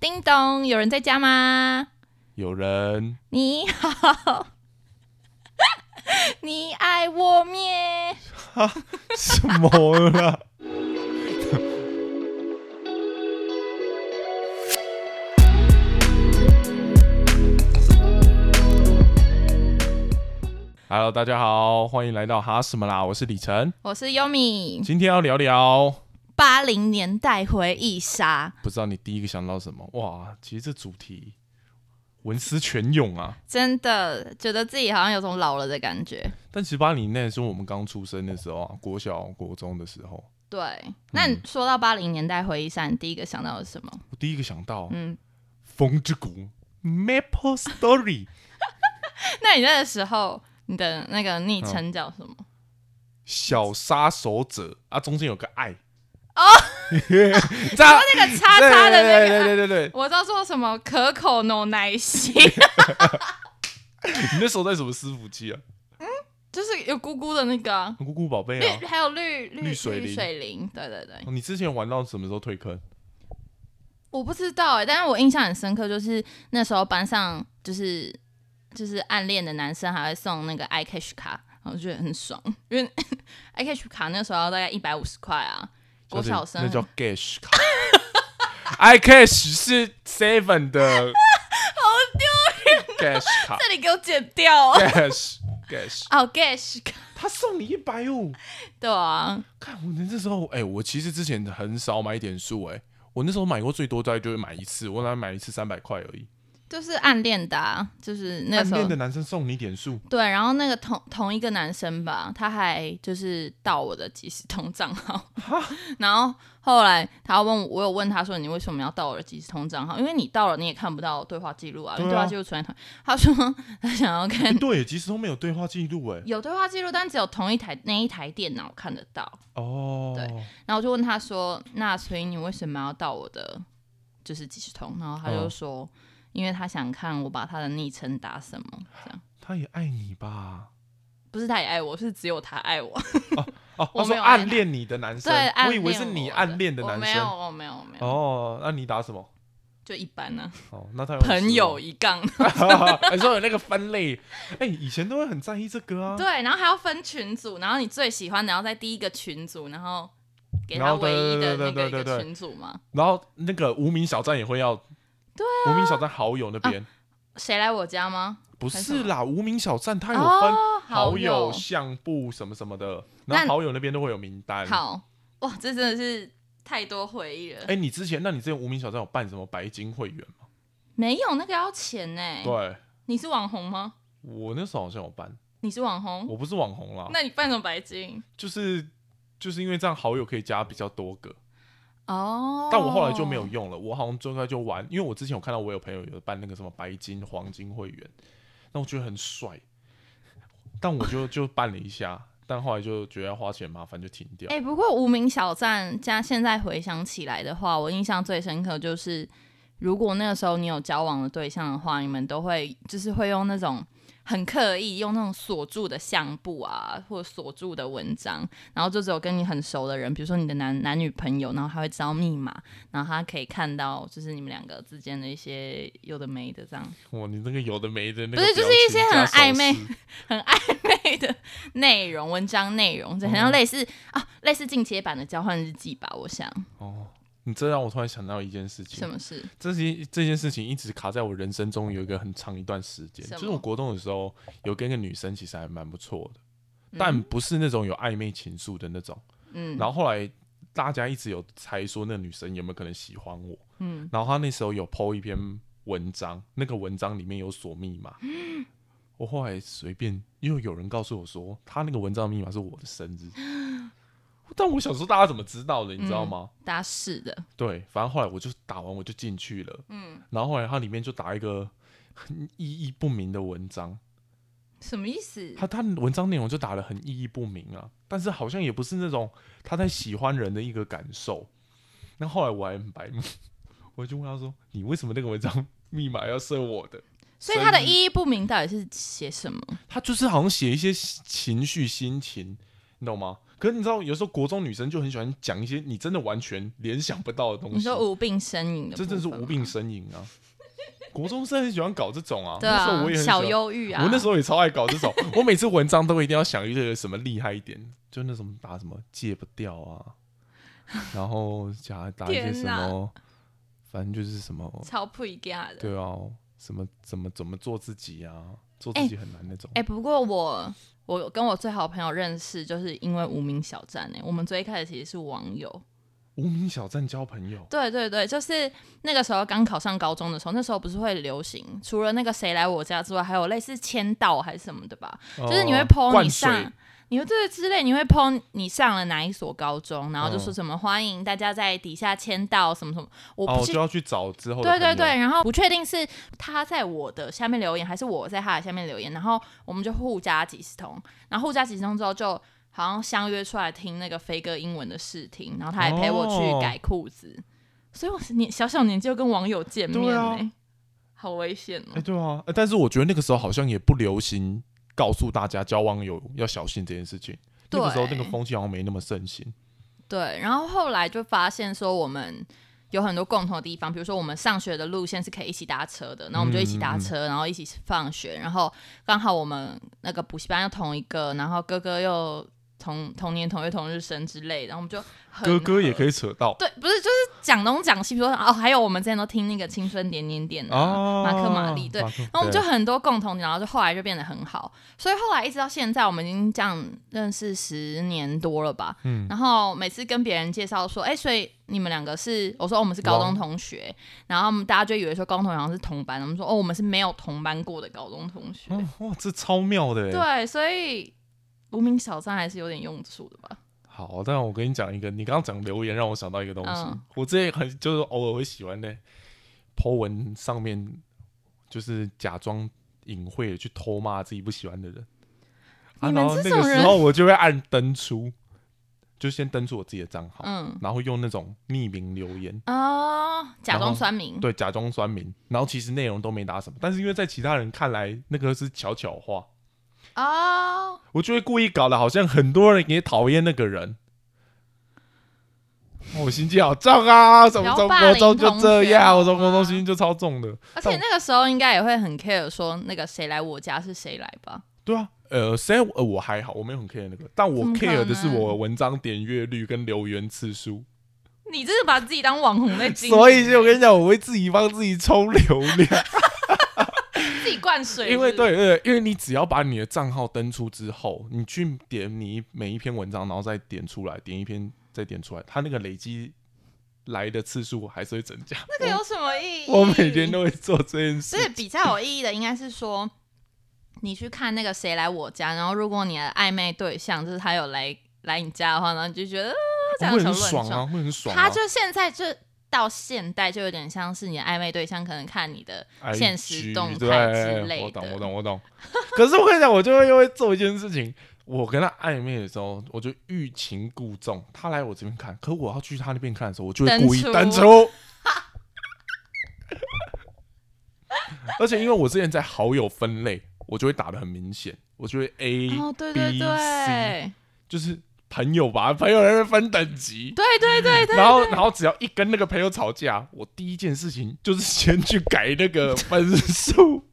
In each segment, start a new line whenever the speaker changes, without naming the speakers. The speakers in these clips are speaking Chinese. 叮咚，有人在家吗？
有人
你好，你爱我咩？
什么啦？Hello，大家好，欢迎来到哈什么啦？我是李晨，
我是优米，
今天要聊聊，
八零年代回忆杀，
不知道你第一个想到什么？哇，其实这主题文思泉涌啊！
真的觉得自己好像有种老了的感觉。
但其实八零年代是我们刚出生的时候啊，国小、国中的时候，
对，那你说到八零年代回忆杀，你第一个想到的是什么？
我第一个想到《
嗯，
风之谷》（Maple Story）
那你那个时候你的那个昵称叫什
哦
么？
小杀手者啊，中间有个爱 哦，这样
那个叉叉的那个，
对对对对对，
我知道说什么可口浓奶 昔，
你那时候在什么伺服器啊？
就是有咕咕的那个啊、
姑姑宝贝啊
绿，，还有绿绿
绿水
绿
灵
水灵，对对对。
你之前玩到什么时候退坑？
我不知道哎、但是我印象很深刻，就是那时候班上就是就是暗恋的男生还会送那个 iCash 卡，然后我觉得很爽，因为 iCash 卡那时候大概一百五十块啊，国小生
那叫 Gash 卡 ，I Cash 是 Seven 的，好丢人，Gash 卡
这里给我剪掉哦
，Gash Gash，
哦 Cash 卡，
他送你一百五，
对啊，
看我那时候，哎、我其实之前很少买点数，哎，我那时候买过最多大概就是买一次，我那买一次三百块而已。
就是暗恋的、啊，就是那
暗
时
恋
候
的男生送你点数，
对，然后那个同同一个男生吧，他还就是盗我的即时通账号， 然后后来他问我，我有问他说你为什么要盗我的即时通账号？因为你盗了你也看不到对话记录啊，因为
对
对
啊
话记录存在同，他说他想要看
对，其实都没有对话记录，哎，
嗯 有对话记录，但只有同一台那一台电脑看得到。
哦，
对，然后我就问他说，那所以你为什么要盗我的就是即时通？然后他就
嗯
说，因为他想看我把他的昵称打什么，这样
他也爱你吧？
不是他也爱我，是只有他爱我。
哦，
我
他
没
说
有
暗恋你的男生
对，，暗
我以为
恋
是你
我
暗恋的男
我没有，
生。
我没有，我没有，
哦，那你打什么？
就一般呢、
哦，那他有很
朋
失
友
望，
一杠，
你说有那个分类，哎，以前都会很在意这个啊。
对，然后还要分群组，然后你最喜欢的，然后在第一个群组，然后给
然
他
后
唯
对
一的那
哦对对
个一
对对
个
对
群组嘛。
然后那个无名小站也会要，
对啊
无名小站好友那边
谁来我家吗？
不
还是什
是啦，无名小站它有分
哦，
好友
友，
相簿什么什么的，
那
然后好友那边都会有名单。
好哇，这真的是太多回忆了。
哎、你之前，那你之前无名小站有办什么白金会员吗？
没有那个要钱呢。
对，
你是网红吗？
我那时候好像有办，
你是网红？
我不是网红啦，
嗯那你扮什么白金？
就是就是因为这样好友可以加比较多个，
哦，
但我后来就没有用了，我好像最开始就玩，因为我之前有看到我有朋友有办那个什么白金、黄金会员，那我觉得很帅，但我就就办了一下，但后来就觉得要花钱麻烦就停掉。
哎、不过无名小站加现在回想起来的话，我印象最深刻就是，如果那个时候你有交往的对象的话，你们都会就是会用那种很刻意用那种锁住的相簿啊，或者锁住的文章，然后就只有跟你很熟的人，比如说你的男男女朋友，然后他会知道密码，然后他可以看到就是你们两个之间的一些有的没的这样
哇，你那个有的没的，那个
不是就是
表情
一些很
加手
暧昧
势
很暧昧的内容，文章内容，就很像类似、啊类似进阶版的交换日记吧，我想
哦。你这让我突然想到一件事情，
什么事？
这件这件事情一直卡在我人生中有一个很长一段时间，
什么
就是我国中的时候有跟一个女生其实还蛮不错的，但不是那种有暧昧情愫的那种。
嗯，
然后后来大家一直有猜说那女生有没有可能喜欢我，
嗯，
然后她那时候有 PO 一篇文章，那个文章里面有锁密码。
嗯
我后来随便，因为有人告诉我说，她那个文章密码是我的生 日，但我想说大家怎么知道的，你知道吗？
搭是的，
对，反正后来我就打完我就进去了，嗯，然后后来它里面就打一个很意义不明的文章，
什么意思？
他他文章内容就打的很意义不明啊，但是好像也不是那种他在喜欢人的一个感受。那后来我还很白目，我就问他说：“你为什么那个文章密码要设我的
所以它的意义不明到底是写什么？？”
他就是好像写一些情绪、心情，你懂吗？可是你知道，有时候国中女生就很喜欢讲一些你真的完全联想不到的东西。
你说无病呻吟的部
这
分吗，
真是无病呻吟啊！国中生很喜欢搞这种啊，
对
那时候
啊
我也，很喜欢
小忧郁啊。
我那时候也超爱搞这种，我每次文章都一定要想一个什么厉害一点，就那什么打什么戒不掉啊，然后加打一些
天
什
哪
么，反正就是什么，
超不一样的。
对啊，什么怎么怎么做自己啊，做自己很难那种。
哎、不过我我跟我最好朋友认识，就是因为无名小站哎、我们最一开始其实是网友。
无名小站交朋友，
对对对，就是那个时候刚考上高中的时候，那时候不是会流行，除了那个谁来我家之外，还有类似签到还是什么的吧？就是你会
哦
PO
灌
你
水
上，你会对之类，你会 PO 你上了哪一所高中，然后就说
嗯
什么欢迎大家在底下签到什么什么，我
哦
不，是
就要去找之后的
对
朋
对
友
对，，然后不确定是他在我的下面留言，还是我在他的下面留言，然后我们就互加几十通，然后互加几十通之后，就好像相约出来听那个飞哥英文的试听，然后他还陪我
哦
去改裤子，所以我是年小小年纪就跟网友见面
对
呢、
啊
好危险哦、
哎、对啊、呃但是我觉得那个时候好像也不流行告诉大家交网友要小心这件事情。那个时候那个
对
风气好像没那么盛行。
对，然后后来就发现说我们。有很多共同的地方，比如说我们上学的路线是可以一起搭车的，然后我们就一起
嗯
搭车，然后一起放学，然后刚好我们那个补习班又同一个，然后哥哥又同同年同月同日生之类的，然后我们就很
哥哥也
以
可以扯到
对，不是就是讲东讲西，比如说哦，还有我们之前都听那个青春点点点啊，
啊，
马克玛丽对
马克，
然后我们就
对
很多共同点，然后就后来就变得很好，所以后来一直到现在，我们已经这样认识十年多了吧。
嗯
然后每次跟别人介绍说，哎、所以你们两个是，我说哦我们是高中同学，
嗯
然后我们大家就以为说高中同学好像是同班，我们说哦，我们是没有同班过的高中同学。
哦哇，这超妙的欸。
对，所以无名小站还是有点用处的吧？
好，但我跟你讲一个，你刚刚讲留言让我想到一个东西，
嗯
我之前很就是偶尔会喜欢的，po 文上面就是假装隐晦的去偷骂自己不喜欢的人，啊，
你们
然后
这
那
种
个时
人
候我就会按登出，就先登出我自己的账号，
嗯
然后用那种匿名留言，
哦，假
然后
装酸民，
对，假装酸民，然后其实内容都没打什么，但是因为在其他人看来那个是悄悄话，
哦，
我就会故意搞得好像很多人也讨厌那个人。哦我心机好重啊！怎么
聊
从
霸
国
凌
中就
同
这
学啊
样？
好
我从国中
吗
心机就超重的。
而且那个时候应该也会很 care 说那个谁来我家是谁来吧？
对啊，呃，虽然我呃我还好，我没有很 care 那个，但我
怎么可
care 的是
能
我文章点阅率跟留言次数。
你真是把自己当网红在经营欸，
所以就我跟你讲，我会自己帮自己充流量，
自己灌水
因为
是不是，
对对，因为你只要把你的账号登出之后，你去点你每一篇文章，然后再点出来，点一篇再点出来，它那个累积来的次数还是会增加。
这个有什么意义？
我每天都会做这件事
所。以比较有意义的应该是说，你去看那个谁来我家，然后如果你的暧昧对象就是他有来来你家的话，然后你就觉得、呃、这
我
样
会
小
很
论
爽
撞
啊，会很爽、啊。
他就现在就到现代就有点像是你的暧昧对象，可能看你的
IG
现实动态之
对
类
我懂，我
的。
懂，我懂。可是我跟你讲，我就会又会做一件事情。我跟他暧昧的时候，我就欲擒故纵。他来我这边看，可我要去他那边看的时候，我就会
登
故意
出
单出。 而且因为我之前在好友分类，我就会打的很明显，我就会 A，、
哦，对对
B 嗯
对
C，就是朋友吧，朋友在那边分等级。
对对对对，
然后，然后只要一跟那个朋友吵架，我第一件事情就是先去改那个分数。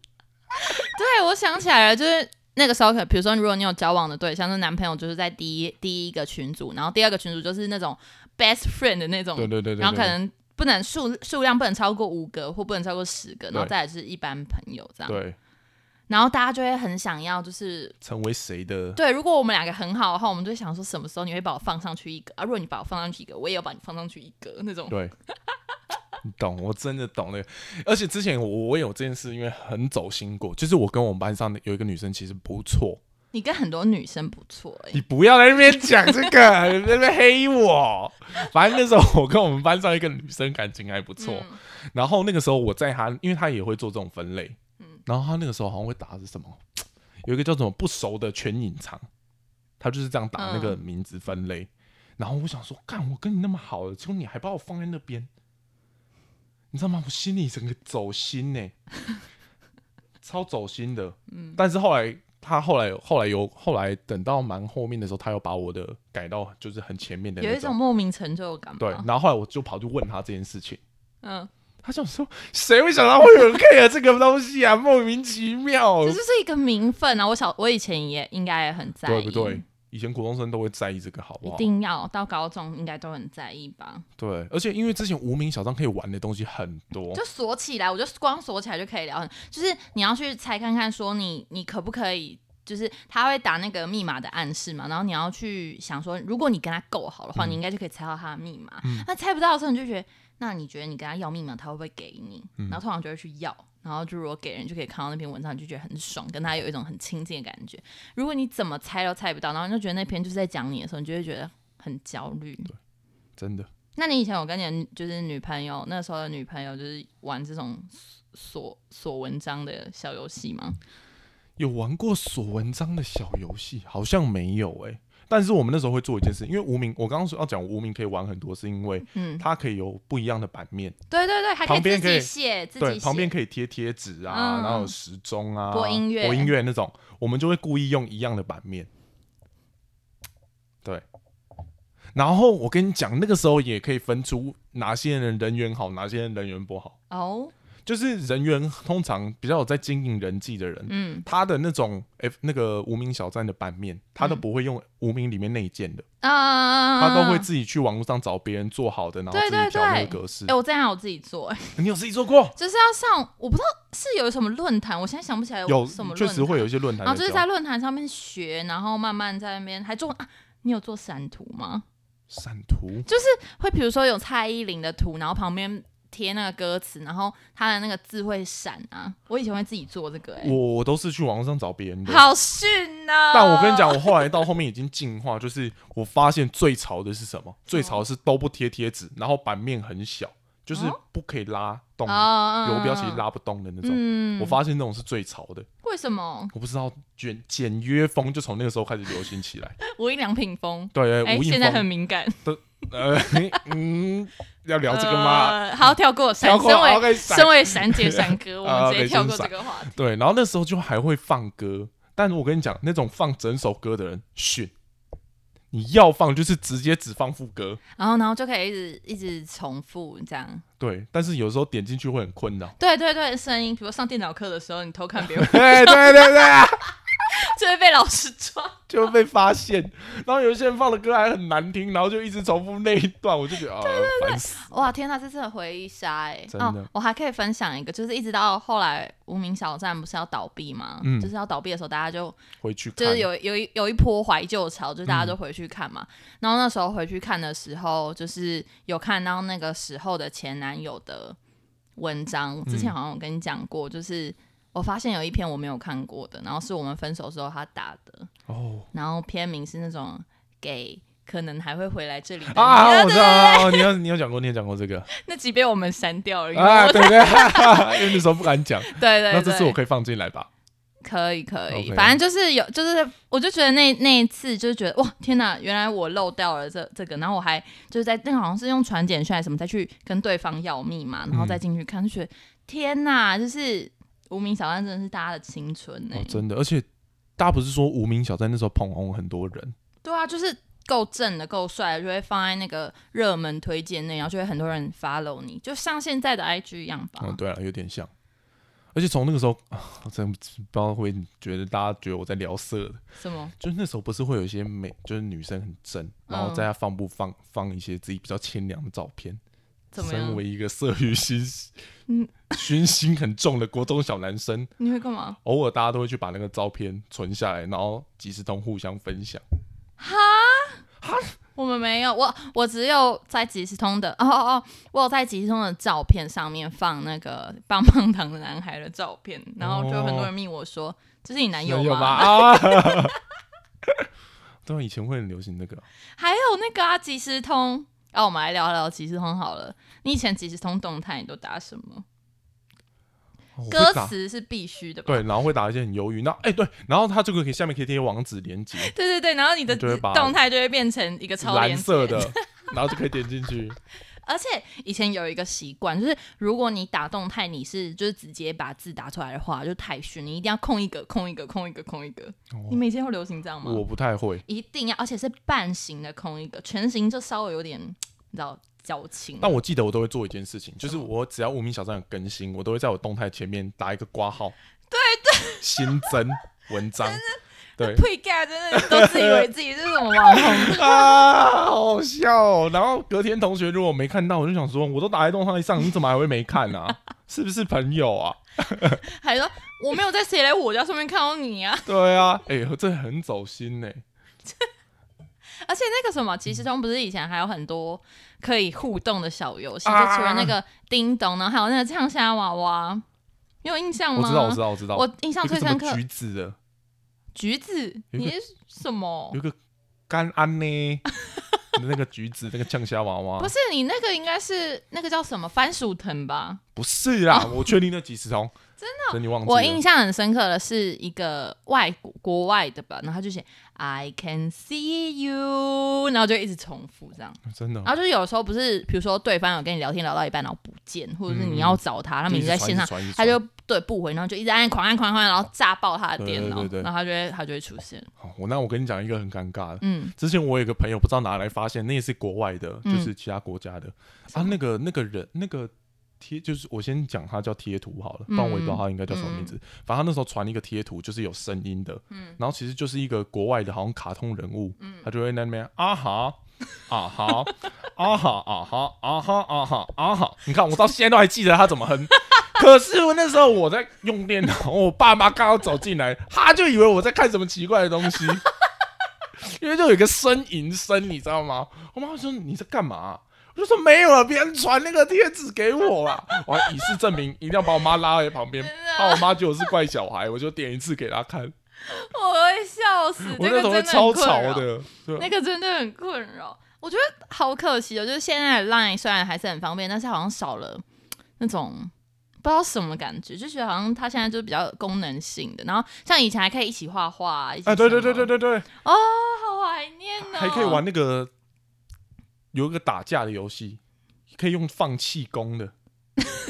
对，我想起来了，就是那个时候，可比如说，如果你有交往的对象，那男朋友就是在第一第一个群组，然后第二个群组就是那种 best friend 的那种，
对对对对对。
然后可能不能数数量不能超过五个或不能超过十个，然后再来就是一般朋友这样。
对
然后大家就会很想要，就是
成为谁的
对，如果我们两个很好的话，我们就会想说什么时候你会把我放上去一个啊？如果你把我放上去一个，我也要把你放上去一个那种。
对， 你懂，我真的懂那个。而且之前我我有这件事，因为很走心过，就是我跟我们班上的有一个女生其实不错，
你跟很多女生不错哎、
你不要在那边讲这个， 你在那边黑我。反正那时候我跟我们班上一个女生感情还不错，
嗯
然后那个时候我在他，因为他也会做这种分类，
嗯
然后他那个时候好像会打的是什么，有一个叫什么不熟的全隐藏，他就是这样打那个名字分
嗯
类。然后我想说，干，我跟你那么好了，结果你还把我放在那边，你知道吗？我心
嗯
里整个走心呢、超走心的。但是后来。他后来后来有后来等到蛮后面的时候，他又把我的改到就是很前面的
有
那
一种莫名成就感吧。
对，然后后来我就跑去问他这件事情，
嗯，
他想说谁会想到会有人 care 这个东西啊，莫名其妙
这，就是一个名分啊！我小我以前也应该也很在
对
意，
不对？？以前国中生都会在意这个，好不
一
好？
定要到高中应该都很在意吧？
对，而且因为之前无名小站可以玩的东西很多，
就锁起来，我就光锁起来就可以聊很，就是你要去猜看看，说你你可不可以。就是他会打那个密码的暗示嘛，然后你要去想说，如果你跟他够好的话，你应该就可以猜到他的密码。那猜不到的时候，你就觉得，那你觉得你跟他要密码，他会不会给你？然后通常就会去要，然后就如果给人，就可以看到那篇文章，你就觉得很爽，跟他有一种很亲近的感觉。如果你怎么猜都猜不到，然后你就觉得那篇就是在讲你的时候，你就会觉得很焦虑。
真的
那你以前有跟你的女就是女朋友那时候的女朋友就是玩这种锁锁文章的小游戏吗？
有玩过锁文章的小游戏，好像没有诶、但是我们那时候会做一件事，因为无名，我刚刚说要讲无名可以玩很多，是因为
嗯，
它可以有不一样的版面，
对对对，还
旁边
自
可
己
以
写自己
对，
写
旁边可以贴贴纸啊，
嗯
然后有时钟啊，
播音乐
播音乐那种，我们就会故意用一样的版面。对，然后我跟你讲，那个时候也可以分出哪些人人缘好，哪些人人缘不好。
哦，
就是人缘通常比较有在经营人际的人，
嗯
他的那种 F 那个无名小站的版面，他都
嗯
不会用无名里面内建的，
啊，
他都会自己去网络上找别人做好的，然后
对
自己
对
调那
对
个格式
哎、。我之前还有自己做、哎，
你有自己做过？
就是要上，我不知道是有什么论哎坛，我现在想不起来
有，
什么论坛
确实会有一些论坛
然后
在
就是
教。
在论坛上面学，然后慢慢在那边还做啊。你有做闪图吗？
散图，
就是会比如说有蔡依林的图，然后旁边贴那个歌词，然后她的那个字会闪啊。我以前会自己做这个、欸，
我我都是去网络上找别人的。
好逊啊！
但我跟你讲，，我后来到后面已经进化，就是我发现最潮的是什么？最潮是都不贴贴纸，然后版面很小，就是
哦
不可以拉动
啊
游标，其实拉不动的那种。
嗯
我发现那种是最潮的，
为什么
我不知道简简约风就从那个时候开始流行起来。
无印良品风？
对，
哎、
无印
现在很
风，
敏感，
呃， 嗯，要聊这个吗？
呃好，跳过闪，
跳过
身为
OK，闪
身为闪姐闪 哥，我
啊
们直接
，OK，
跳过
先
这
闪
个话题。
对，然后那时候就还会放歌，但我跟你讲，那种放整首歌的人逊，你要放就是直接只放副歌，
然后，然后就可以一直一直重复这样。。
对，但是有时候点进去会很困扰
对对对，声音，比如上电脑课的时候，你偷看别人
对对对对啊，
就会被老师抓。
就会被发现。然后有一些人放的歌还很难听，然后就一直重复那一段，我就觉得啊，烦死。
哇，天呐，这次的回忆杀哎、
真的
哦，我还可以分享一个，就是一直到后来无名小站不是要倒闭吗？
嗯
就是要倒闭的时候，大家就
回去看，
就是有有一有一波怀旧潮，就大
嗯
家都回去看嘛。然后那时候回去看的时候，就是有看到那个时候的前男友的文章，之
嗯
前好像有跟你讲过，就是我发现有一篇我没有看过的，然后是我们分手之后他打的，
哦
然后篇名是那种给。可能还会回来这里的你
啊，
对
我知道啊，你有你有讲过，你有讲过这个
那集被我们删掉了，因为
啊，
我
对对， 因为那时候不敢讲。
对对对，
那这次我可以放进来吧？
可以可以
OK
反正就是有，就是我就觉得那那一次就是觉得哇天哪，原来我漏掉了这这个，然后我还就是在那个好像是用传简讯还是什么再去跟对方要密码，然后再进去看，就觉得天哪，就是无名小站真的是大家的青春欸呢、
哦，真的，而且大家不是说无名小站那时候捧红很多人，
对啊，就是够正的、够帅的，就会放在那个热门推荐内，然后就会很多人 follow 你，就像现在的 IG 一样吧。
嗯，对了，有点像。而且从那个时候啊，我真不知道会不会觉得大家觉得我在聊色的，
什么？
就是那时候不是会有一些美，就是女生很正，然
嗯
后在她放不放放一些自己比较清凉的照片。
怎么
身
样？
为一个色欲熏
嗯
熏心很重的国中小男生，
你会干嘛？
偶尔大家都会去把那个照片存下来，然后即时通互相分享。
我们没有，我我只有在即时通的哦 哦哦，我有在即时通的照片上面放那个 棒棒糖的男孩的照片，然后就很多人密我说、这是你男友
哦有
吗？
吧？啊， 对啊，以前会很流行那个啊，
还有那个啊，即时通，啊，我们来聊聊即时通好了。你以前即时通动态你都打什么？
哦我
歌
会打
词是必须的吧？
对，然后会打一些很忧郁。那哎、对，然后它这个可以下面可以贴网址连接，
对对对，然后你的
你就会把
动态就会变成一个超
蓝色
连
的，然后就可以点进去。
接而且以前有一个习惯，就是如果你打动态，你是就是直接把字打出来的话，就太逊，你一定要空一个，空一个，空一个，空一个。你们以前会流行这样吗？
哦我不太会，
一定要，而且是半形的空一个，全形就稍微有点，你知道矫情。
但我记得我都会做一件事情，就是我只要无名小站有更新，我都会在我动态前面打一个 挂号，对对，新增文章，对
呸 gay 真的都自以为自己是什么网红，
啊，好笑、哦。然后隔天同学如果没看到，我就想说，我都打在动态上，你怎么还会没看 啊？是不是朋友啊？
还说我没有在谁来我家上面看到你啊。
对啊，哎、这很走心呢、
而且那个什么，即时通不是以前还有很多可以互动的小游戏，就
啊
除了那个叮咚，然后还有那个呛虾娃娃，你有印象嗯吗？
我知道，我知道，我知道。
我印象
有
最
个
深
什么
刻，
橘子的，
橘子，
有一
你
个
是什么
有一？个干安 呢，那个橘子，那个酱虾娃娃，
不是你那个应该是那个叫什么番薯藤吧？
不是啦，
哦
我确定那几十通，真的，你忘记了。
我印象很深刻的是一个外国国外的吧，然后他就写 I can see you，然后就一直重复这样。
真的
然后就是有时候不是，比如说对方有跟你聊天聊到一半，然后不见，或者是
嗯
你要找他，他们已经在线上，
就一直传一直传
他就对不回，然后就一直按狂按狂按，然后炸爆他的电脑，
对对对对
然后他就会他就会出现。
好我哦那我跟你讲一个很尴尬的，
嗯，
之前我有一个朋友不知道哪来发现，那也是国外的，
嗯
就是其他国家的啊，那个那个人那个。贴就是我先讲他叫贴图好了，不然我也不知道他应该叫什么名字。反正他那时候传一个贴图，就是有声音的，然后其实就是一个国外的，好像卡通人物，他就会在那边啊哈啊哈啊哈啊哈啊哈啊哈啊哈，你看我到现在都还记得他怎么哼。 可是我那时候我在用电脑，我爸妈刚好走进来，他就以为我在看什么奇怪的 东西，因为就有一个呻吟声，你知道吗？我妈说你在干嘛、我就说没有了，啊别人传那个贴纸给我啦，我还以示证明，一定要把我妈拉回旁边，怕我妈觉得我是怪小孩，我就点一次给她看。
我会笑死，
我
这
那
个
时
真
候
的
会超
很
吵
困扰，
的， 对，
那个真的很困扰。我觉得好可惜哦，就是现在的 Line 虽然还是很方便，但是好像少了那种。不知道什么感觉，就觉得好像它现在就比较有功能性的，然后像以前还可以一起画画、啊，一起
哎，对对
什么
对对，对对，
哦，好怀念哦，
还可以玩那个有一个打架的游戏，可以用放气 功的，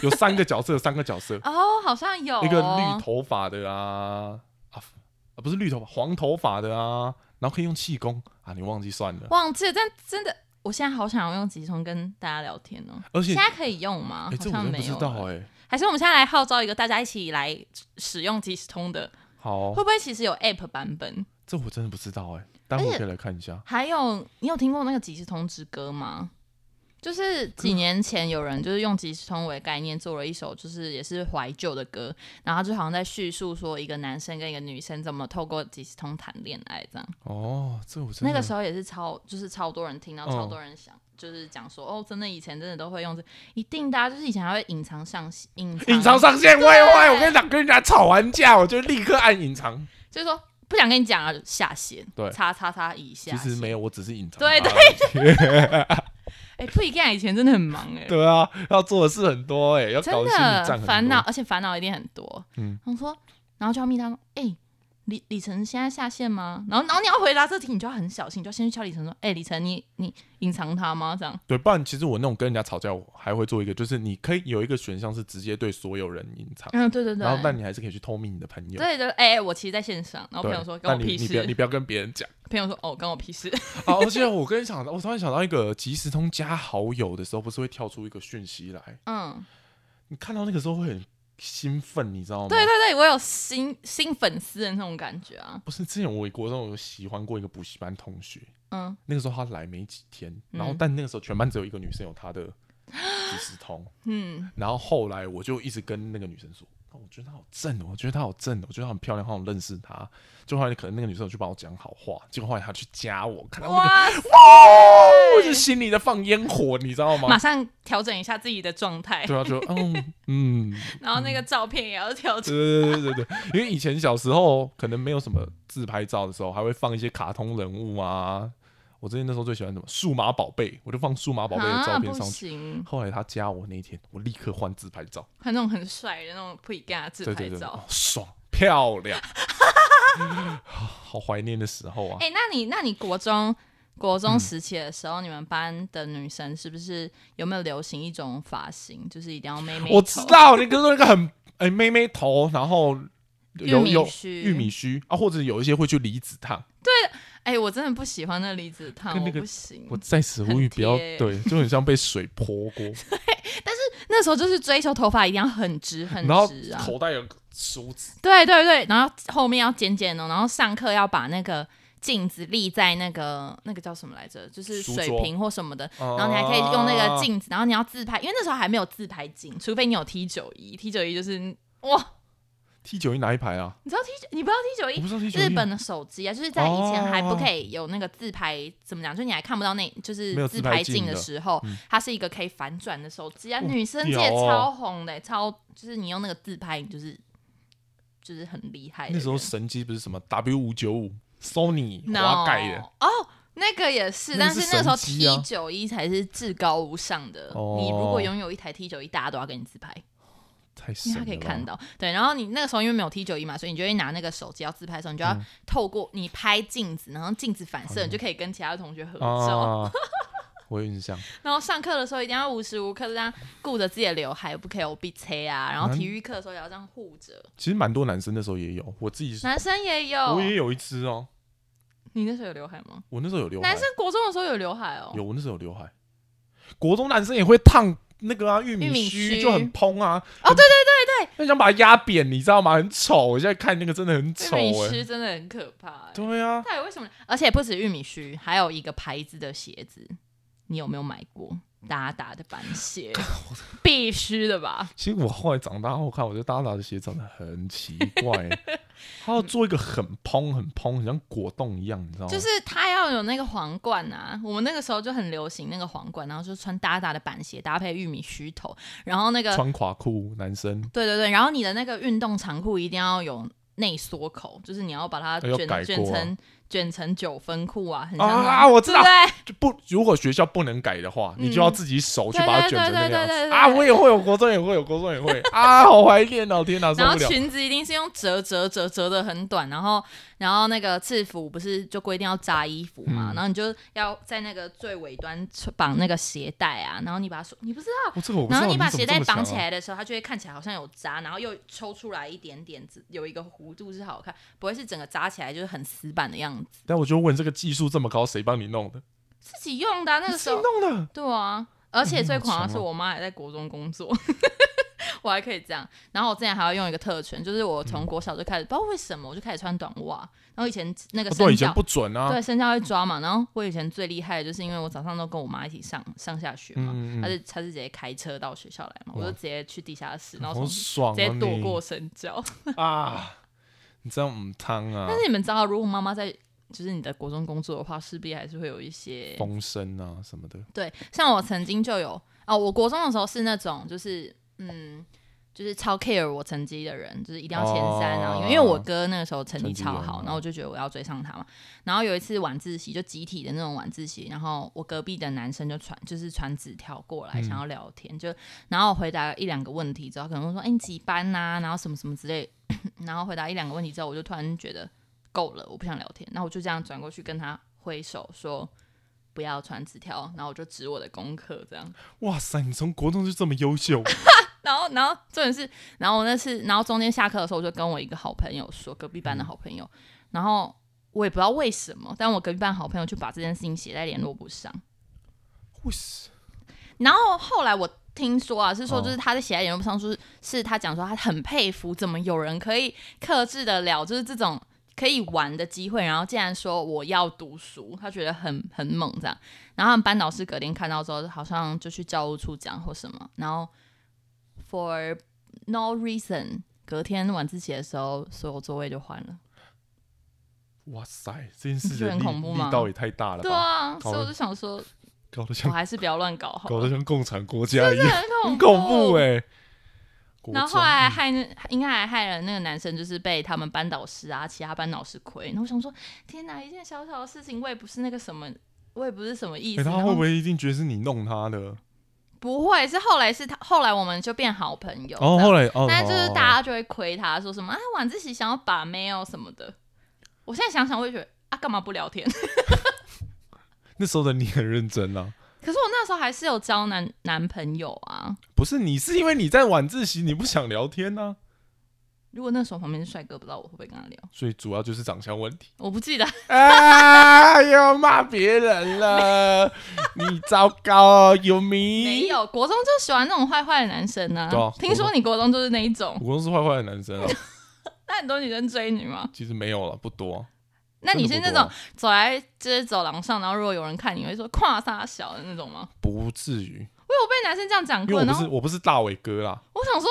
有三个角色，三个角色，
哦，好像有
一个绿头发的啊啊啊不是绿头发，黄头发的啊，然后可以用气功啊，你忘记算了，
忘记了，但真的，我现在好想要用集中跟大家聊天哦。
而且
现。在可以用吗？
哎、这
好像
我真
没
不知
有
道
了。
哎、
还是我们现在来号召一个大家一起来使用即时通的，
好
会，不会其实有 App 版本？
这我真的不知道哎、待
而
会
且
可以来看一下。
还有，你有听过那个即时通之歌吗？就是几年前有人就是用即时通为概念做了一首，就是也是怀旧的歌，然后就好像在叙述说一个男生跟一个女生怎么透过即时通谈恋爱这样。
哦，这我真的
那个时候也是超，就是超多人听到，
嗯
超多人想，就是讲说，哦，真的以前真的都会用这，一定的、啊，就是以前还会隐藏上线，隐藏，
隐藏上线，喂喂，我跟你讲，跟人家吵完架，我就立刻按隐藏。
就是说不想跟你讲啊，就下线，
对
叉叉叉以下
其
线。
实没有，我只是隐藏它而啊
对
已。
对哎，不一样，以前真的很忙哎、
对啊，要做的事很多哎、要
真
搞心理
的
战很
烦恼，
多。
而且烦恼一定很多。
嗯，
他说，然后就要密他说，哎、李李晨现在下线吗？然后然后你要回答这题，你就要很小心，你就要先去敲李晨说，哎、李晨你你隐藏他吗？这样，
对，不然其实我那种跟人家吵架，我还会做一个，就是你可以有一个选项是直接对所有人隐藏，
嗯，对对对。
然后但你还是可以去透明你的朋友。
对对，哎、我其实在线上，然后朋友说
对
跟我
但你
屁
你不要
事
你，不要跟别人 讲。
朋友说哦关我屁事，
啊，而且我跟你讲，我突然想到一个，即时通加好友的时候，不是会跳出一个讯息来，
嗯，
你看到那个时候会很兴奋，你知道吗？
对对对，我有新新粉丝的那种感觉啊，
不是之前我国中有喜欢过一个补习班同学，
嗯，
那个时候他来没几天，然后
嗯
但那个时候全班只有一个女生有他的即时 通，
嗯，
然后后来我就一直跟那个女生说，哦我觉得她好正哦，我觉得她好正哦，我觉得她很漂亮，好想认识她。就后来可能那个女生有去帮我讲好话，结果后来她去加我，看到那
哇，
个哦，就心里在放烟火，你知道
马
吗？
上调整一下自己的状态，
对啊，就嗯嗯，
然后那个照片也要调整，
对对对对对，因为以前小时候可能没有什么自拍照的时候，还会放一些卡通人物啊。我之前那时候最喜欢什么数码宝贝，我就放数码宝贝的照
啊，
片
不
上去。
行，
后来他加我那一天，我立刻换自拍照，
还有那种很帅的那种不一干的自
对
拍
对对，哦
照。
爽 漂亮，好怀念的时候啊！
哎、那你那你国中国
嗯
中时期的时候，你们班的女生是不是有没有流行一种发型，就是一定要妹妹头？
我知道你跟说那个很哎、妹妹头，然后有
玉米
有
须
玉米须啊，或者有一些会去离子烫。
哎、我真的不喜欢那离子烫，
跟那个
我不行。
我在此呼吁
嗯很
不要
贴
对，就很像被水泼 过，
那时候就是追求头发一定要很直很
然后
直啊，
口袋有梳子，
对对对，然后后面要尖尖的，然后上课要把那个镜子立在那个那个叫什么来着，就是
书
水
桌
瓶或什么的，
然
然后你还可以用那
啊哦
个镜子，然后你要自拍，因为那时候还没有自拍镜，除非你有 T 九一，T 九一就是哇，
T 九一哪一排啊？
你知道 T 你不知道 T 九
我
一
不知道 T 九一。
哎
哦
日本的手机啊，就是在以前还不可以有那个自拍，怎么讲？就是你还看不到那，就是
没有
自
自
拍
拍
镜
镜
的
的
时候，
嗯
它是一个可以反转的手机啊。
哇
女生界
屌哦
超红的、超就是你用那个自拍，你就是就是很厉害的人。
那时候神机不是什么 W 五九五 Sony
No
滑盖的，
哦。那个也是，
那
但
个是
是那时候
神
T
机啊
九一才是至高无上的。
哦
你如果拥有一台 T 九一，大家都要跟你自拍，
太
因
神
为他
了吧。
可以看到。对，然后你那个时候因为没有 T 九一嘛，所以你就会拿那个手机要自拍的时候，你就要
嗯
透过你拍镜子，然后镜子反射，你就可以跟其他的同学合照。
啊，我有印象。
然后上课的时候一定要无时无刻这样顾着自己的刘海，不可以有鼻塞啊。然后
嗯
体育课的时候也要这样护着。
其实蛮多男生那时候也有，我自己是
男生也有
我，也有一只哦，
你那时候有刘海吗？
我那时候有刘海
男生，国中的时候有刘海哦。
有我那时候有刘海。国中男生也会烫那个啊玉
玉米
米
须
须，就很蓬啊。
哦，对对，
很想把它压扁，你知道吗？很丑，我现在看那个真的很
玉
丑
米
哎、
须真的很可怕、欸。
对啊，
到底为什么？而且不止玉米须，还有一个牌子的鞋子，你有没有买过？达达的板鞋，必须的吧？
其实我后来长大后看，我觉得达达的鞋长得很奇怪、 欸，他要做一个很蓬、很蓬，很像果冻一样，你知道吗？
就是它要有那个皇冠啊，我们那个时候就很流行那个皇冠，然后就穿达达的板鞋搭配玉米须头，然后那个
穿垮裤，男生
对对对，然后你的那个运动长裤一定要有内缩口，就是你要把它
要
卷、
改过啊
卷成卷成九分裤啊，很像那种
啊，我知
对
道
不，对？
就不如果学校不能改的话，
嗯
你就要自己手去
对
把它
对
卷成
对对
那个样
对对
子
对
啊！我也会，我国中也会，我国中 也会啊！好怀念哦，天哪，受
然后
不了！
裙子一定是用折折折折的很短，然后然后那个制服不是就规定要扎衣服嘛，
嗯
然后你就要在那个最尾端绑那个鞋带啊，然后你把它手你不知道。
我、哦这个我不知
然
道，
后你把
怎
鞋
么
带
这么
绑
强
起
啊，
来的时候，它就会看起来好像有扎，然后又抽出来一点点，只有一个弧度是好看，不会是整个扎起来就是很死板的样子。
但我就问这个技术这么高，谁帮你弄的？
自己用的啊、那个时
谁
候，
弄的？
对啊，而且最狂的
好
是
强哦
我妈还在国中工作， 我还可以这样。然后我之前还要用一个特权，就是我
嗯
从国小就开始，不知道为什么我就开始穿短袜。然后以前那个
哦
身
对，以
教
前，不准啊。
对身教会抓嘛。然后我以前最厉害的就是因为我早上都跟我妈一起上上下学嘛，
嗯嗯嗯
她是她是直接开车到学校来嘛，我
哇
就直接去地下室，然后
好
从
爽、啊
直
你，
接躲过身教。
啊！你这样母汤啊
但，是你们知道，如果妈妈在就是你的国中工作的话，势必还是会有一些
风声啊什么的，
对，像我曾经就有哦，我国中的时候是那种就是嗯，就是超 care 我成绩的人，就是一定要前三、然后因为因为我哥那个时候成绩
成绩
超
很
好，
好
然后我就觉得我要追上他嘛。然后有一次晚自习就集体的那种晚自习，然后我隔壁的男生就传就是传纸条过来，
嗯
想要聊天，就然后回答一两个问题之后，可能会说哎、你几班呐、然后什么什么之类， 然后回答一两个问题之后，我就突然觉得够了，我不想聊天，那我就这样转过去跟他挥手说。不要传纸条，然后我就指我的功课这样。
哇塞！你从国中就这么 优秀，
然后，然后重点是，然后我那次，然后中间下课的时候，我就跟我一个好朋友说，隔壁班的好朋友，然后我也不知道为什么，但我隔壁班好朋友就把这件事情写在联络簿上。
哇塞！
然后后来我听说啊，是说
哦
就是他在写在联络簿上说，是他讲说他很佩服怎么有人可以克制得了，就是这种可以玩的机会，然后竟然说我要读书，他觉得很很猛这样。然后他们班导师隔天看到之后，好像就去教务处讲或什么，然后 for no reason，隔天晚自习的时候，所有座位就换了。
哇塞！这件事
你觉得
的
很
力
恐怖吗
力道也太大了
对
吧，
啊，
搞
所以我
得
就想 说，
搞得
我
像
还是不要乱搞好
搞
了，
得像共产国家一
很
样，
欸
很恐怖哎、国嗯
然后
中
后来还害那，应该还害了那个男生，就是被他们班导师啊、其他班导师亏。然后我想说，天哪，一件小小的事情，我也不是那个什么，我也不是什么意思。
嗯欸他
然
会
后
不会一定觉得是你弄他的？
不会是后来是他，后来我们就变好朋友。
然后
这样
后来哦，
但就是
哦
大家就会亏他，说什么啊晚自习想要把妹哦什么的。我现在想想，我就觉得啊干嘛不聊天？
那时候的你很认真啊，
可是我那时候还是有交男男朋友啊。
不是你是因为你在晚自习你不想聊天啊呢、
如果那时候旁边是帅哥，不知道我会不会跟他聊，
所以主要就是长相问题。
我不记得。
哎，又要骂别 人了，你糟糕、哦，有名
没。有，国中就喜欢那种坏坏的男生呢、
对啊
听说你国中就是那一种，
我公是坏坏的男生啊，
那很多女生追你吗？
其实没有了，不多啊。
那你是
真的
那
不多
种走在就是走廊上，然后如果有人看你会说跨撒小的那种吗？
不至于，
我有被男生这样讲
因为
过，
我
然
不
后
是我不是大伟哥啦，
我想说，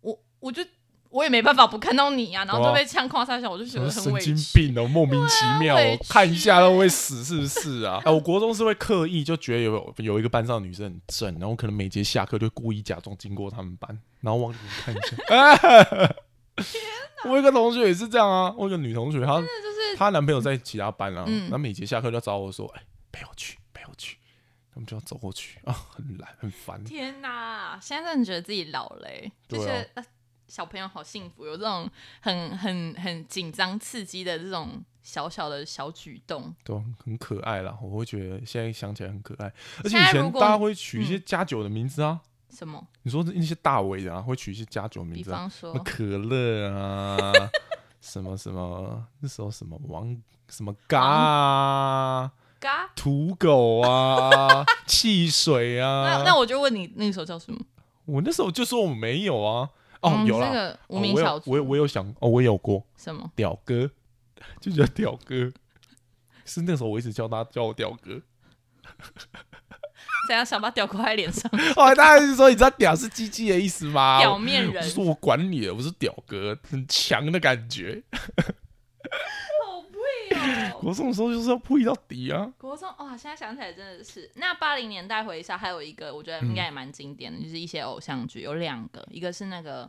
我我就我也没办法不看到你啊，然后
对
就
啊
被呛跨撒小，我就觉得很
神
委
经
屈。
病哦，莫名其妙
对啊委
哦
屈，
看一下都会死是不是啊？哎，我国中是会刻意就觉得有有一个班上的女生很正，然后可能每节下课就故意假装经过他们班，然后往里面看一 下。哎我有一个同学也是这样啊，我有一个女同学，她
那就是
她男朋友在其他班啊，
嗯
那每节下课就要找我说，哎，陪我去，陪我去，他们就要走过去啊，很懒，很烦。
天哪，现在真的觉得自己老了、欸，就
对啊
觉得、呃小朋友好幸福，有这种很很很紧张刺激的这种小小的小举动。
对啊，很可爱啦，我会觉得现在想起来很可爱。而且
现在
以
如
前
果嗯
大家
你
会取一些加酒的名字啊，
什么？
你说那些大伟的啊，会取一些加酒名
比
字啊，
方说
什么可乐啊， 什么什么那时候什么王什么嘎啊，
嘎，
土狗啊，汽水
那
啊。
那我就问你，那个时候叫什么？
我那时候就说我没有啊，哦、
嗯
有啦，
这个无
哦
名
我
小
有
卒、
我有我有想哦，我有过
什么？
屌哥， 就叫屌哥，是那时候我一直叫他叫我屌哥。
怎样想把屌挂在脸上？
哦，大家就说你知道“屌”是鸡鸡的意思吗？
表
我
面人
我，说我管你了，我是屌哥，很强的感觉。
好配哦。
国中的时候就是要扑一到底啊，
国中哇，现在想起来真的是。那八零年代回一下，还有一个我觉
嗯
得应该也蛮经典的，就是一些偶像剧，有两个，一个是那个《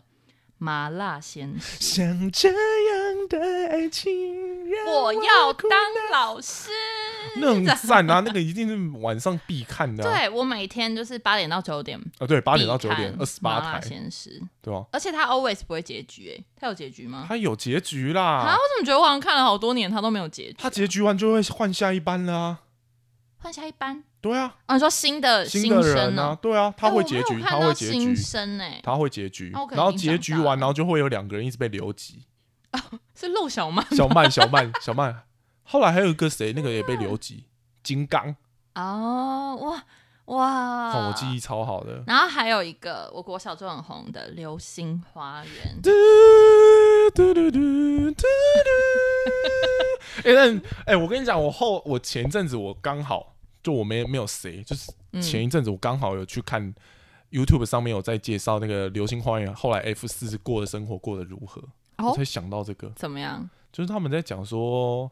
麻辣鲜 师》，
像这样的爱情让
我要当老师。
那很赞啊，那个一定是晚上必看的、啊。
对我每天就是八点到九点，
啊，对，八点到九
必，
点
看
二十八
麻辣
台，
鲜师，
对吧？
而且他 always 不会结局、哎，他有结局吗？
它有结局
啊，
啦，
我怎么觉得我好像看了好多年，他都没有结局？
它结局完就会换下一班啦、
换下一班
对啊，
啊，你说新的
新
生
的人啊，
哦
对啊，他
哎我
会
没
结
有
局，
看
他
到
会结局
新，生哎，
他会结局
啊我，可能
然后
已经
结
长
局
大了
完，然后就会有两个人一直被留级，
是陆小曼
小曼，小 曼，小曼，后来还有一个谁，那个也被留级，金刚，
哦，哇哇，
哦，我记忆超好的，
然后还有一个，我国小就很红的《流星花园》
嘟嘟嘟嘟嘟嘟。 哎、但哎、我跟你讲，我后我前一阵子我刚好就我没没有谁，就是
嗯
前一阵子我刚好有去看 YouTube 上面有在介绍那个《流星花园》，后来 F 四过的生活过得如何，我
哦
才，想到这个，
怎么样？
就是他们在讲说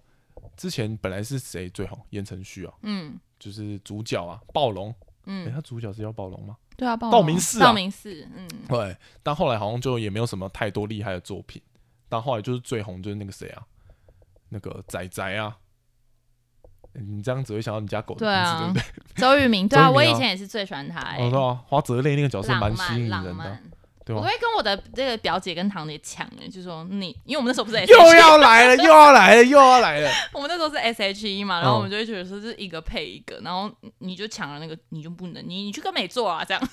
之前本来是谁最红，言承旭啊，
嗯
就是主角啊，暴龙，哎、
嗯，
他主角是叫暴龙吗？
对啊，报
道明寺啊
道明寺，嗯，
对，但后来好像就也没有什么太多厉害的作品。但后来就是最红就是那个谁啊，那个仔仔啊，你这样只会想到你家狗的
对
名字，对
啊
不对？，
周渝 民，对啊，
周渝民啊
我以前也是最喜欢他、欸，
我说、啊、花泽类那个角色
浪
蛮吸引
漫浪
人的，
漫，
对
我
吧
都？会跟我的这个表姐跟堂姐抢、欸，就说你，因为我们那时候不是 S
又
H，
要来 了，又要来了，又要来了！
我们那时候是 S H E 嘛，然后
嗯
我们就会觉得说是一个配一个，然后你就抢了那个，你就不能，你你去跟美作啊，这样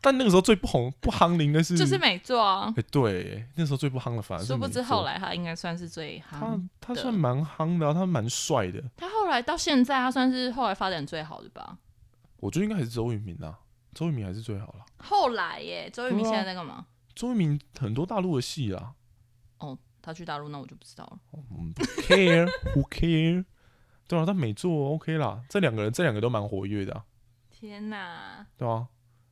但那个时候最不红、不夯的应该是，
就是美作啊
哎、。对，那时候最不夯的嗯啊反而是
殊不
美
知
作
后来他应该算是最
他
夯，
他
的
算蛮夯的、啊，他蛮帅的，
他后来到现在，他算是后来发展最好的吧。
我觉得应该还是周渝民啊，周渝民还是最好了。
后来耶，周渝民
对啊
现在在干嘛？
周渝民很多大陆的戏啊，
哦，他去大陆，那我就不知道了。
我们不 care，who 嗯 care？对啊，但美作 OK 啦，这两个人这两个都蛮活跃的、啊，
天哪，
对啊，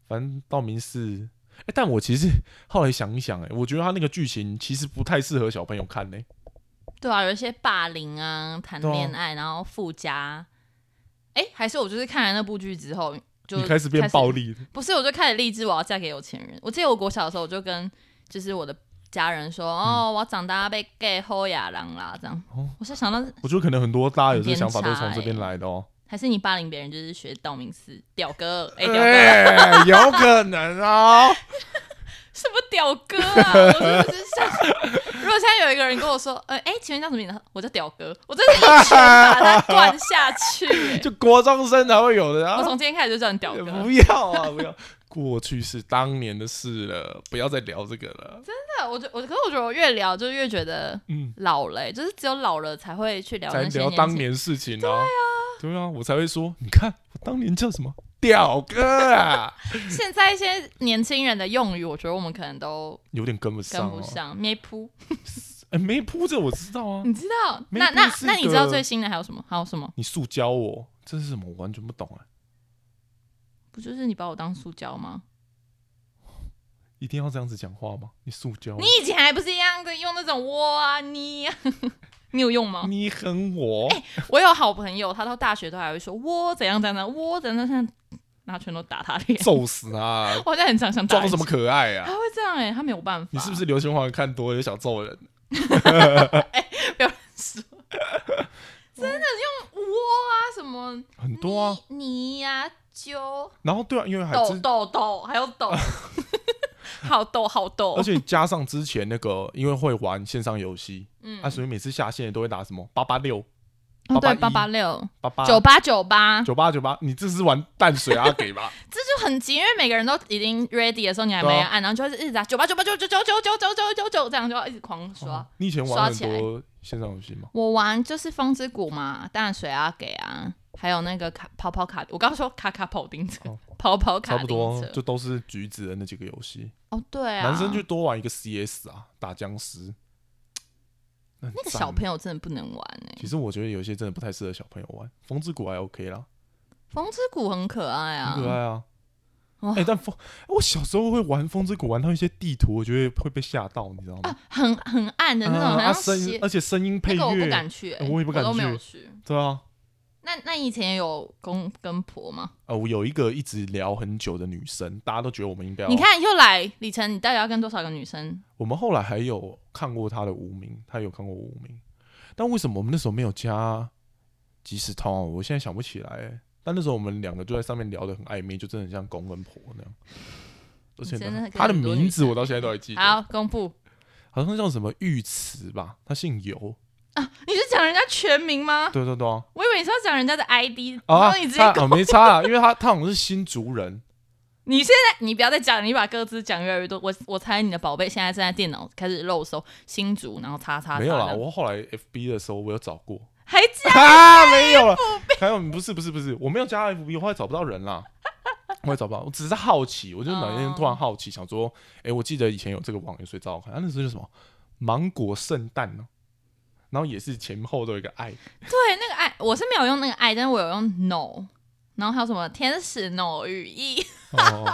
反正道明寺，哎、但我其实后来想一想、哎，我觉得他那个剧情其实不太适合小朋友看呢、
对啊，有一些霸凌啊，谈
对啊
恋爱，然后附加，哎、还是我就是看了那部剧之后，就
你开始变暴，力了，
不是，我就开始立志我要嫁给有钱人。我记得我国小的时候，我就跟就是我的家人说，哦，我要长大被 gay 后亚郎啦，这样。
嗯哦
我是想到，
我觉得可能很多大家有这个想法
很
都
偏
是
差
从这边来的哦、
还是你霸凌别人，就是 哎
呃
学道明寺屌哥，哎、屌哥，
啊哎、有可能哦、
什么屌哥啊！我真的是想，如果现在有一个人跟我说，呃，哎、请问叫什么名字？我叫屌哥，我真的是一拳把他灌下去、欸
就国中生才会有的
我
啊！
从今天开始就叫你 屌哥，
不要啊，不要，过去是当年的事了，不要再聊这个了。
真的，啊我觉我可是我觉得我越聊就越觉得
嗯，
老了欸、就是只有老了才会去聊
才
那些
聊
轻
当年事情啊。对啊，对啊，我才会说，你看我当年 叫什么屌哥啊，
现在一些年轻人的用语，我觉得我们可能都
有点跟不
跟
上、
不
哦。
上，咩扑，
哎、没铺这我知道啊。
你知道？
咩
那
噗
那
是
那你
个
知道最新的还有什么？还有什么？
你塑胶我，这是什么？我完全不懂啊！
不就是你把我当塑胶吗？
一定要这样子讲话吗？你塑胶我
你，以前还不是一样的用那种我啊你啊， 你有哎用吗？
你很我，
我有好朋友，他到大学都还会说我怎样怎样怎样，我怎样怎样，拿拳头打他脸。
揍死 啊！
我现在很想想打
装
人
什么可爱啊
他？会这样哎、他没有办法。
你是不是流星花园看多了就想揍人？
我啊什么
很多啊。
你呀、揪
然后对啊，因为还
抖
之，
抖抖，还有抖， 好抖好抖
而。且加上之前那个，因为会玩线上游戏，
嗯
啊，所以每次下线都会打什么八八六、
哦，对，八
八
八
八
六
八八
九八九 八，
九八九八，你这是玩淡 水阿给吧？
这就很急，因为每个人都已经 ready 的时候，你还没
对啊
按，然后就会一直打九八九八九九九九九九九九九，这样就要一直狂刷
哦。你以前
刷
玩很
起来
多线上游戏吗？
我玩就是风之谷嘛，淡水啊给啊，还有那个卡跑跑卡，我刚刚说卡卡跑丁车
哦，
跑跑卡
差不
丁
多，
车。
就都是橘子的那几个游戏。
哦，对啊，
男生就多玩一个 CS 啊，打僵尸。那
那个小朋
友，
友真的不能玩哎、
其实我觉得有一些真的不太适合小朋友玩。风之谷还 OK 啦，
风之谷很可爱啊，
很可爱啊。哎、
哇
但风，我小时候会玩风之谷，玩到一些地图，我觉得会被吓到，你知道吗？
很很暗啊的那种，好
啊，
像
声音
邪，
而且声音配
那个我不
乐，
敢去、欸，
我也不敢
都没
去
有去。
对啊。
那那你以前有公跟婆吗？
呃，我有一个一直聊很久的女生，大家都觉得我们应该要。
你，看又来李晨，你到底要跟多少个女生？
我们后来还有看过她的无名，她有看过我无名，但为什么我们那时候没有加即时通啊？我现在想不起来、欸。但那时候我们两个就在上面聊得很暧昧，就真的很像公跟婆那样。而且
你真的
呢
跟
她的
很多女
名字
生
我到现在都还记得，
好，公布
好像叫什么玉慈吧，她姓 尤。
啊！你是讲人家全名吗？
对对对啊，
我以为你是要讲人家的 ID，、然
啊，
后你直接
他啊没差啊，因为他他好像是新族 人，
你现在你不要再讲，你把歌词讲越来越多。我我猜你的宝贝现在正在电脑开始漏搜新竹，然后叉啊叉叉的。
没有啦，我后来 FB 的时候我有找过，
还讲
啊，没有了，还有不是不是不是，我没有加 FB，我后来找不到 人啦，我也找不到，我只是好奇，我就哪天
哦
突然好奇，想说，哎、我记得以前有这个网游，所以找我看，啊、那时候叫什么芒果圣诞呢，然后也是前后都有一个爱，
对那个爱，我是没有用那个爱，但是我有用 no，然后还有什么天使 no 语义
哦，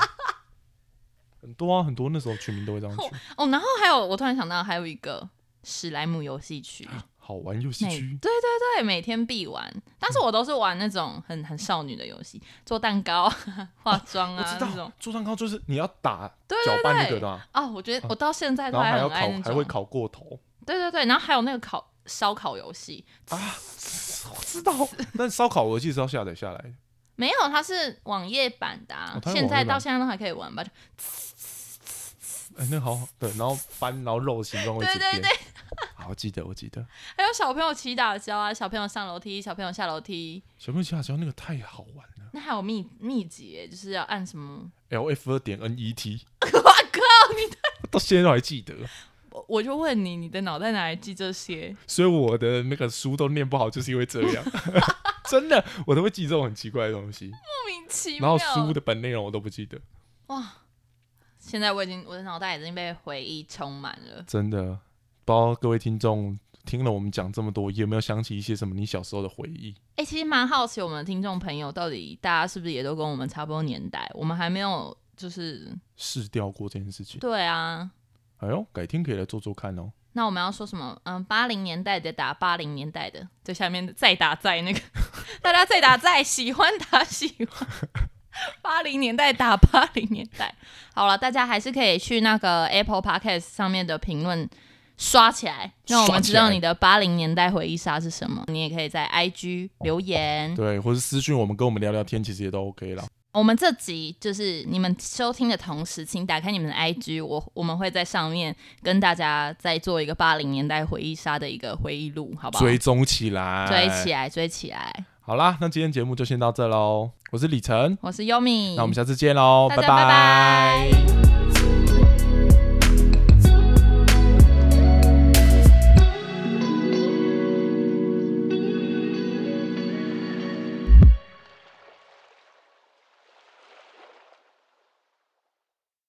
很多啊，很多那时候全民都会这样取，
哦，然后还有我突然想到还有一个史莱姆游戏区，
好玩游戏
每
区
对，对对，每天必玩。但
嗯
是我都是玩那种很很少女的游戏，做蛋糕、啊、 化妆
哦我
啊
知
那种
道。，做蛋糕就是你要打
对
搅
对
拌那个
对
的、，啊。
哦，我觉得我到现在
然
都
后还
很
要
爱
烤，
那
还
种
会。烤过头。
对对对，然后还有那个烤烧烤游戏，
我知道，但烧烤我记得是要下载下来的。
没有，它是网页版的、啊
哦它是
现
网
在
页版
到现在都还可以玩吧？就
哎、那个好好，对，然后翻，然后肉形状会一直
对
变。
对
好，我记得，我记得。
还有小朋友骑打跤啊，小朋友上楼梯，小朋友下楼梯，
小朋友下只那个太好玩了
那还有秘秘籍耶，就是要按什么？
，L F 二点 N E T，
我靠！你
到现在都还记得。
我我就问你，你的脑袋哪来记这些？
所以我的那个书都念不好，就是因为这 样。真的，我都会记这种很奇怪的东西，
莫名其
然
妙。
后书的本内容我都不记得。
现在我已经我的脑袋已经被回忆充满了。
真的，不知道各位听众听了我们讲这么多，有没有想起一些什么你小时候的回忆？
哎、其实蛮好奇我们的听众朋友到底大家是不是也都跟我们差不多年代？我们还没有就是
试掉过这件事情？
对啊。
哎呦，改天可以来做做看哦。
那我们要说什么？嗯，八零年代的打八零年代的，最下面的再打再那个， 大家再打再喜欢打喜欢。 八零年代打八零年代，好了，大家还是可以去那个 Apple Podcast 上面的评论刷起来，让我们知道你的八零年代回忆杀是什么。你也可以在 IG 留言。嗯
对，或是私讯我们跟我们聊聊天，其实也都 OK 啦。
我们这集就是你们收听的同时，请打开你们的 IG，我我们会在上面跟大家再做一个八零年代回忆杀的一个回忆录，好不好？
追踪起来，
追起。来，追起来！
好啦，那今天节目就先到这喽。我是李晨，
我是优米，
那我们下次见喽，
大
拜
家拜拜